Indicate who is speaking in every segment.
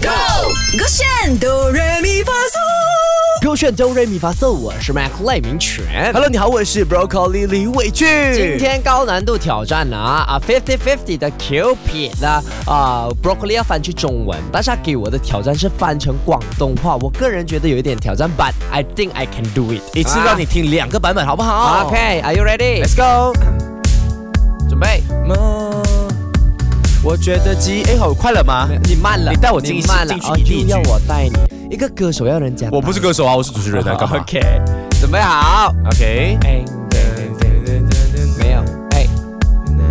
Speaker 1: Go！勾选哆来咪发嗦，
Speaker 2: 勾选周瑞米发送，我是 Mac 赖明全。
Speaker 3: Hello，你好，我是 Broccoli 李伟俊。
Speaker 2: 今天高难度挑战呢啊，fifty fifty 的 Cupid 呢啊，Broccoli 要翻去中文，但是他给我的挑战是翻成广东话，我个人觉得有一点挑战，but I think I can do it。
Speaker 3: 一次让你听两个版本，好不
Speaker 2: 啊
Speaker 3: 好
Speaker 2: OK，Are、you ready？
Speaker 3: Let's go。
Speaker 2: 准备，
Speaker 3: 么？嗯我觉得鸡哎，好快了吗？
Speaker 2: 你慢了，
Speaker 3: 你带我进
Speaker 2: 你
Speaker 3: 去
Speaker 2: 慢了，
Speaker 3: 进去
Speaker 2: 哦
Speaker 3: 一句一
Speaker 2: 就
Speaker 3: 句
Speaker 2: 要我带你。一个歌手要人家，
Speaker 3: 我不是歌手啊，我是主持人啊，干 嘛
Speaker 2: OK，准备好。
Speaker 3: ？OK。
Speaker 2: 哎，没有，哎，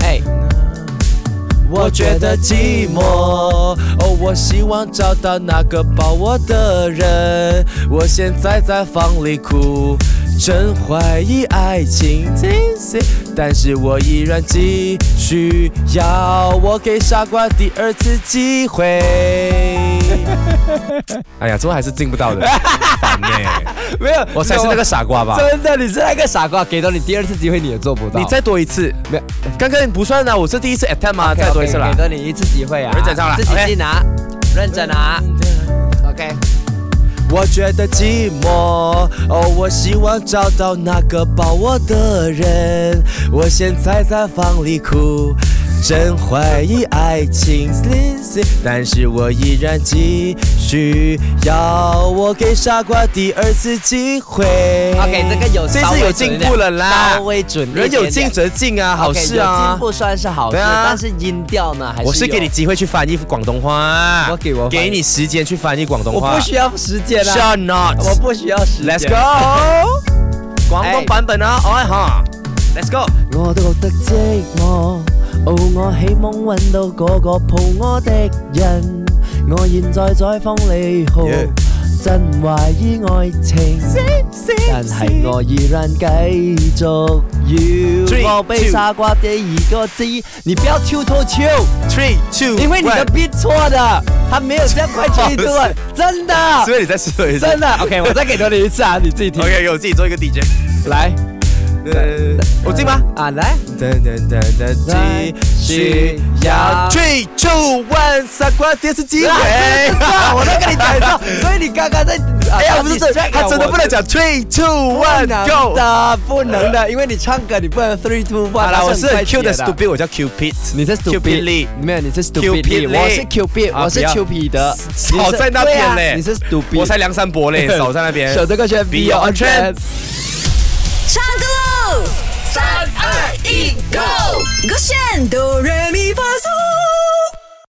Speaker 2: 哎，
Speaker 3: 我觉得寂寞，哦，我希望找到那个抱我的人。我现在在房里哭，真怀疑爱情，但是我依然继续要我给傻瓜第二次机 会。哎呀，怎么还是进不到的？烦欸呢、
Speaker 2: 没有，
Speaker 3: 我哦才是那个傻瓜吧？
Speaker 2: 真的，你是那个傻瓜，给到你第二次机会你也做不到。
Speaker 3: 啊你再多一次，
Speaker 2: 没有
Speaker 3: 刚刚你不算啊，我是第一次 attempt 嘛，再多一次啦
Speaker 2: 给。到你一次机会啊！
Speaker 3: 认真唱嗯了
Speaker 2: 自己
Speaker 3: OK
Speaker 2: 去拿，认真拿。OK，
Speaker 3: 我觉得寂寞，哦，我希望找到那个抱我的人。我现在在房里哭，真怀疑爱情，但是我依然继续要我给傻瓜第二次机会。
Speaker 2: OK，这个有
Speaker 3: 这
Speaker 2: 稍
Speaker 3: 次
Speaker 2: 微
Speaker 3: 有
Speaker 2: 准一
Speaker 3: 进
Speaker 2: 点
Speaker 3: 步了啦
Speaker 2: 稍，微准一点
Speaker 3: 啊人
Speaker 2: 点，
Speaker 3: 有进则进啊，好
Speaker 2: OK，
Speaker 3: 事
Speaker 2: 有
Speaker 3: 啊
Speaker 2: 进。步算是好事，
Speaker 3: 对啊
Speaker 2: 但是音调呢还是
Speaker 3: 我是给你
Speaker 2: 有，
Speaker 3: 机会去翻译广东话，
Speaker 2: 我给我翻译
Speaker 3: 给你时间去翻译广东
Speaker 2: 我
Speaker 3: 话。
Speaker 2: 不需要时间啊，
Speaker 3: Shall not。
Speaker 2: 我不需要时间。
Speaker 3: Let's go，广东版本啊，哎哈，Let's go。
Speaker 2: 我都覺得寂寞，哦，我希望揾到嗰個抱我的人。我現在在放利號
Speaker 3: Yeah
Speaker 2: 真懷疑愛情，但係我依然繼續
Speaker 3: Three,
Speaker 2: 要我被
Speaker 3: two
Speaker 2: 傻瓜第二個字。你不要跳脱球，
Speaker 3: Three, two，
Speaker 2: 因為你的
Speaker 3: one
Speaker 2: beat 錯的，他沒有這樣快去
Speaker 3: 不
Speaker 2: 的
Speaker 3: 是，
Speaker 2: 真的，
Speaker 3: 是不是你再试多一次？
Speaker 2: 真的。OK，我再给多你一次啊，你自己聽。
Speaker 3: OK，给我自己做一个 DJ。
Speaker 2: 來
Speaker 3: 我进吗？
Speaker 2: 啊，來。
Speaker 3: 噔噔噔
Speaker 2: 来
Speaker 3: 噔，继续要
Speaker 2: 要
Speaker 3: Three, two, one，傻瓜，第二次机会。
Speaker 2: 啊我在跟你讲说，所以你刚刚在，哎
Speaker 3: 哎呀，不是这，他真的不能。讲 Three, two,
Speaker 2: 不
Speaker 3: one,
Speaker 2: 能
Speaker 3: go。
Speaker 2: 的，不能的，因为你唱歌你不能 three two one。
Speaker 3: 好啦，我是很 Q 的
Speaker 2: stupid，
Speaker 3: stupid，我叫 Cupid。
Speaker 2: 你是
Speaker 3: Cupid
Speaker 2: stupid，
Speaker 3: Lee
Speaker 2: 没有，你是
Speaker 3: Cupid
Speaker 2: stupid，
Speaker 3: Lee
Speaker 2: 我是 Cupid，
Speaker 3: 啊
Speaker 2: 我是
Speaker 3: 不要
Speaker 2: 丘比特。你是
Speaker 3: 少在那边
Speaker 2: 对
Speaker 3: 嘞
Speaker 2: 啊，你是 stupid，
Speaker 3: 我才梁山伯嘞，少在那边。
Speaker 2: 守这个圈
Speaker 3: Be your own trend
Speaker 1: 唱歌喽！三二一，Go！勾选哆来